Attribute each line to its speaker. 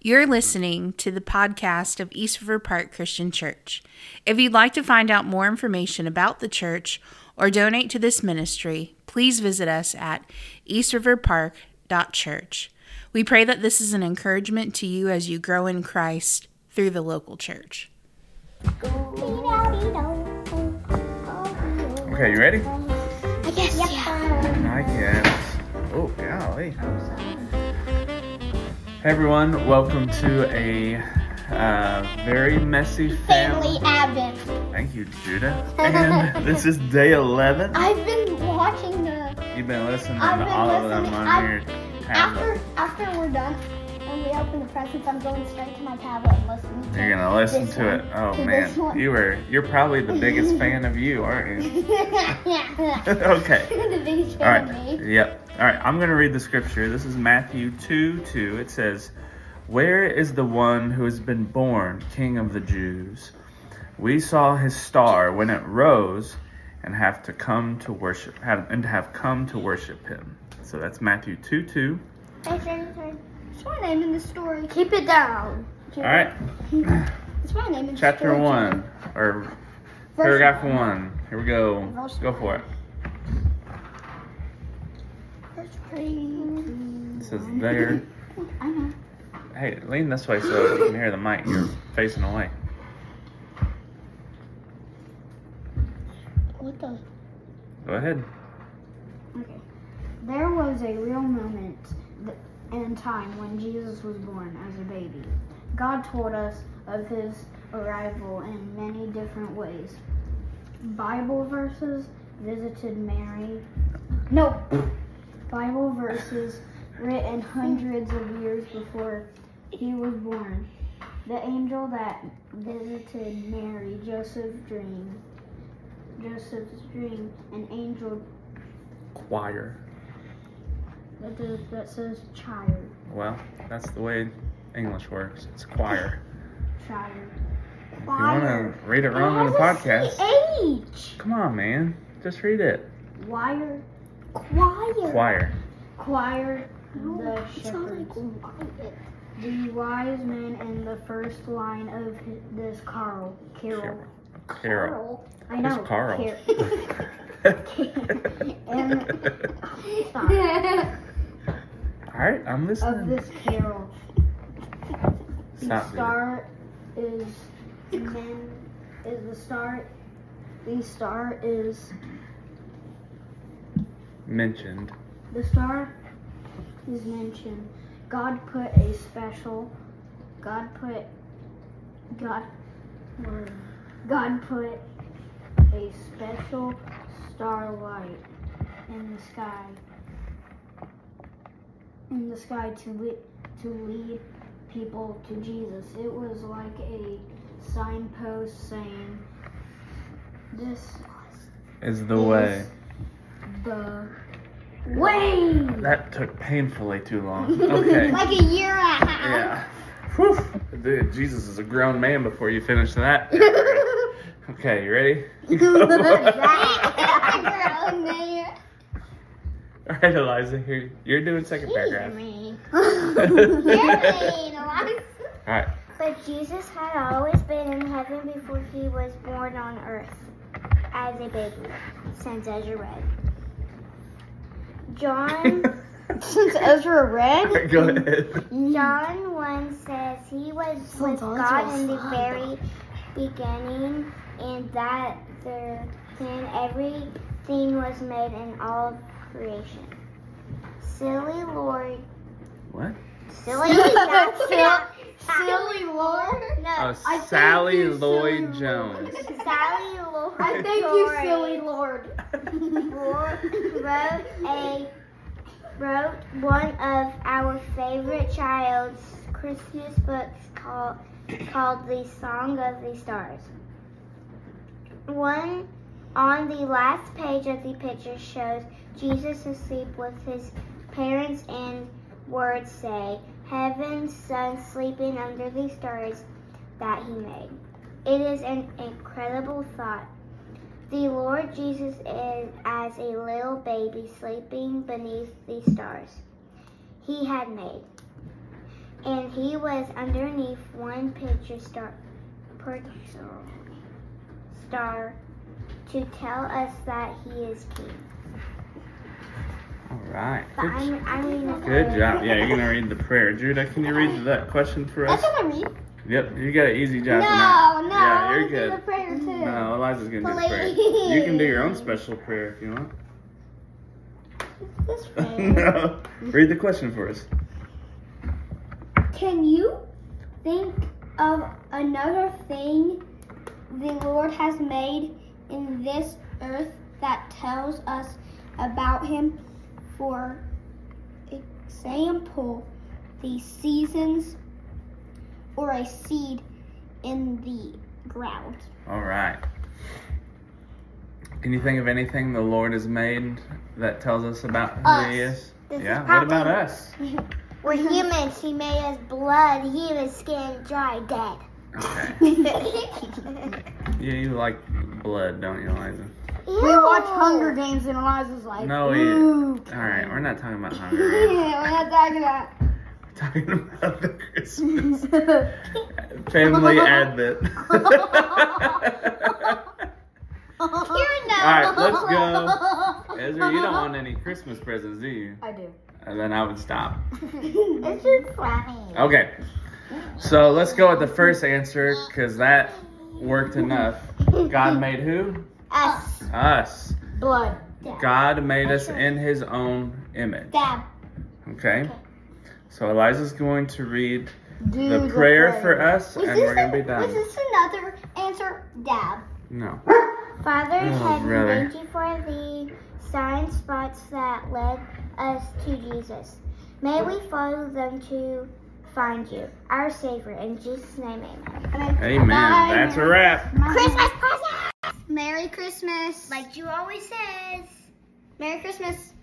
Speaker 1: You're listening to the podcast of East River Park Christian Church. If you'd like to find out more information about the church or donate to this ministry, please visit us at eastriverpark.church. We pray that this is an encouragement to you as you grow in Christ through the local church.
Speaker 2: Okay,
Speaker 3: you ready?
Speaker 2: I guess. Yeah.
Speaker 3: I guess. Oh, golly. Hey, everyone. Welcome to a uh, very messy
Speaker 2: Family
Speaker 3: family.
Speaker 2: Advent.
Speaker 3: Thank you, Judah. And this is day 11.
Speaker 2: I've been watching the
Speaker 3: You've been listening
Speaker 2: I've
Speaker 3: to
Speaker 2: been
Speaker 3: all of them
Speaker 2: listening.
Speaker 3: on
Speaker 2: I've-
Speaker 3: your
Speaker 2: after
Speaker 3: tablet.
Speaker 2: after we're done and we open the presents. I'm going straight to my tablet and listening. To
Speaker 3: You're gonna listen
Speaker 2: this
Speaker 3: to it.
Speaker 2: one,
Speaker 3: Oh
Speaker 2: to this
Speaker 3: man,
Speaker 2: one.
Speaker 3: you were. You're probably the biggest fan of you, aren't you? Okay.
Speaker 2: the biggest
Speaker 3: All
Speaker 2: fan
Speaker 3: right.
Speaker 2: of me.
Speaker 3: Yep. All right. I'm going to read the scripture. This is Matthew 2 2. It says, Where is the one who has been born king of the Jews? We saw his star when it rose and have to come to worship have, and have come to worship him. So that's Matthew 2 2.
Speaker 2: It's my name in the story. Keep it down.
Speaker 3: All right.
Speaker 2: It's my name in the
Speaker 3: Chapter
Speaker 2: story.
Speaker 3: 1 or
Speaker 2: Verse
Speaker 3: paragraph
Speaker 2: one.
Speaker 3: 1. Here we go. Go for it.
Speaker 2: Verse three.
Speaker 3: It says, There. Hey, lean this way so you can hear the mic. You're facing away.
Speaker 2: What the?
Speaker 3: Go ahead.
Speaker 4: Okay. There was a real moment th- and time when Jesus was born as a baby. God told us of his arrival in many different ways. Bible verses visited Mary. No. Bible verses written hundreds of years before he was born. The angel that visited Mary, Joseph's dream. Joseph's dream, an angel
Speaker 3: Choir.
Speaker 4: That, does, that says child.
Speaker 3: Well, that's the way English works. It's choir.
Speaker 4: Child.
Speaker 3: If you want to read it wrong on
Speaker 2: It
Speaker 3: the
Speaker 2: has
Speaker 3: podcast,
Speaker 2: a CH.
Speaker 3: come on, man. Just read it.
Speaker 4: Wire.
Speaker 2: Choir.
Speaker 3: Choir.
Speaker 4: Choir. The
Speaker 2: It's not like
Speaker 4: shepherds.
Speaker 5: oh
Speaker 2: quiet.
Speaker 4: The wise men in the first line of hi- this Carl. Carol.
Speaker 3: Carol. Carol.
Speaker 4: I
Speaker 3: Who's
Speaker 4: know.
Speaker 3: Carl?
Speaker 4: Car- Stop.
Speaker 3: All right,
Speaker 2: Hmm.
Speaker 3: I'm
Speaker 4: of
Speaker 3: listening.
Speaker 4: this Carol. The
Speaker 3: Stop it.
Speaker 4: star is men is the star. The star is
Speaker 3: Mentioned.
Speaker 4: The star is mentioned. God put a special. God put. God. word. God put a special starlight in the sky. In the sky to lead, to lead people to Jesus. It was like a signpost saying, "This
Speaker 3: Is the way.
Speaker 4: the way."
Speaker 3: That took painfully too long. Okay.
Speaker 2: Like a year and a half.
Speaker 3: Yeah. Whew. Dude, Jesus is a grown man before you finish that. Okay, you ready?
Speaker 2: Grown man.
Speaker 3: All right, Eliza, here you're doing second paragraph. All right.
Speaker 5: But Jesus had always been in heaven before he was born on earth as a baby, since Ezra read. John
Speaker 2: Since Ezra read,
Speaker 3: Go ahead.
Speaker 5: Mm-hmm. John 1 says he was with God in the very beginning, and that through him everything was made in all creation. Silly Lord.
Speaker 3: What?
Speaker 5: Silly Lord.
Speaker 2: silly Lord.
Speaker 5: No,
Speaker 3: Oh, Sally
Speaker 4: you,
Speaker 3: Lloyd
Speaker 4: Sally
Speaker 3: Jones.
Speaker 5: Oh. Sally Lord.
Speaker 2: I thank you,
Speaker 5: George.
Speaker 2: silly Lord.
Speaker 5: wrote a wrote one of our favorite child's Christmas books called called The Song of the Stars. One on the last page of the picture shows Jesus asleep with his parents and words say, Heaven's sun sleeping under the stars that he made. It is an incredible thought. The Lord Jesus is as a little baby sleeping beneath the stars he had made. and he was underneath one picture star, per- star to tell us that he is king.
Speaker 3: All right.
Speaker 5: But I'm, I'm reading the
Speaker 3: Good
Speaker 5: prayer.
Speaker 3: job. Yeah, you're gonna read the prayer. Judah, can you read that question for us?
Speaker 2: That's what I read.
Speaker 3: Yep, you got an easy job tonight.
Speaker 2: No, no.
Speaker 3: Yeah,
Speaker 2: I wanna
Speaker 3: you're
Speaker 2: do
Speaker 3: good.
Speaker 2: the prayer too.
Speaker 3: No, Eliza's gonna do the prayer. You can do your own special prayer if you want.
Speaker 2: This prayer.
Speaker 3: no. Read the question for us.
Speaker 2: Can you think of another thing the Lord has made in this earth that tells us about Him? For example, the seasons or a seed in the ground.
Speaker 3: All right. Can you think of anything the Lord has made that tells us about who He
Speaker 5: Us.
Speaker 3: is?
Speaker 5: This is
Speaker 3: yeah. What about
Speaker 5: probably-
Speaker 3: us?
Speaker 5: We're humans. He made us blood, human skin, dry, dead.
Speaker 3: Okay.
Speaker 5: we
Speaker 3: Yeah, you like blood, don't you, Eliza?
Speaker 4: We watch Hunger Games and Eliza's like,
Speaker 3: No, we-
Speaker 4: ooh.
Speaker 3: All right, we're not talking about hunger.
Speaker 4: Yeah,
Speaker 3: Games.
Speaker 4: we're not talking about.
Speaker 3: We're talking about the Christmas family advent. All right, let's go. Ezra, you don't want any Christmas presents, do you?
Speaker 4: I do.
Speaker 3: And then I would stop.
Speaker 5: This is funny.
Speaker 3: Okay. So let's go with the first answer because that worked enough. God made who?
Speaker 5: Us.
Speaker 3: Us.
Speaker 4: Blood.
Speaker 3: God made us in his own image.
Speaker 5: Dad.
Speaker 3: Okay? So Eliza's going to read
Speaker 4: Do
Speaker 3: the prayer for us and we're going to be
Speaker 2: Was
Speaker 3: done.
Speaker 2: this another answer? Dab.
Speaker 3: No.
Speaker 5: Father in
Speaker 3: Oh,
Speaker 5: heaven,
Speaker 3: brother.
Speaker 5: thank you for the sign spots that led us to Jesus. May we follow them to find you, our Savior. In Jesus' name, amen.
Speaker 3: Amen. That's a wrap.
Speaker 5: Christmas present!
Speaker 2: Merry Christmas.
Speaker 5: Like you always says.
Speaker 2: Merry Christmas.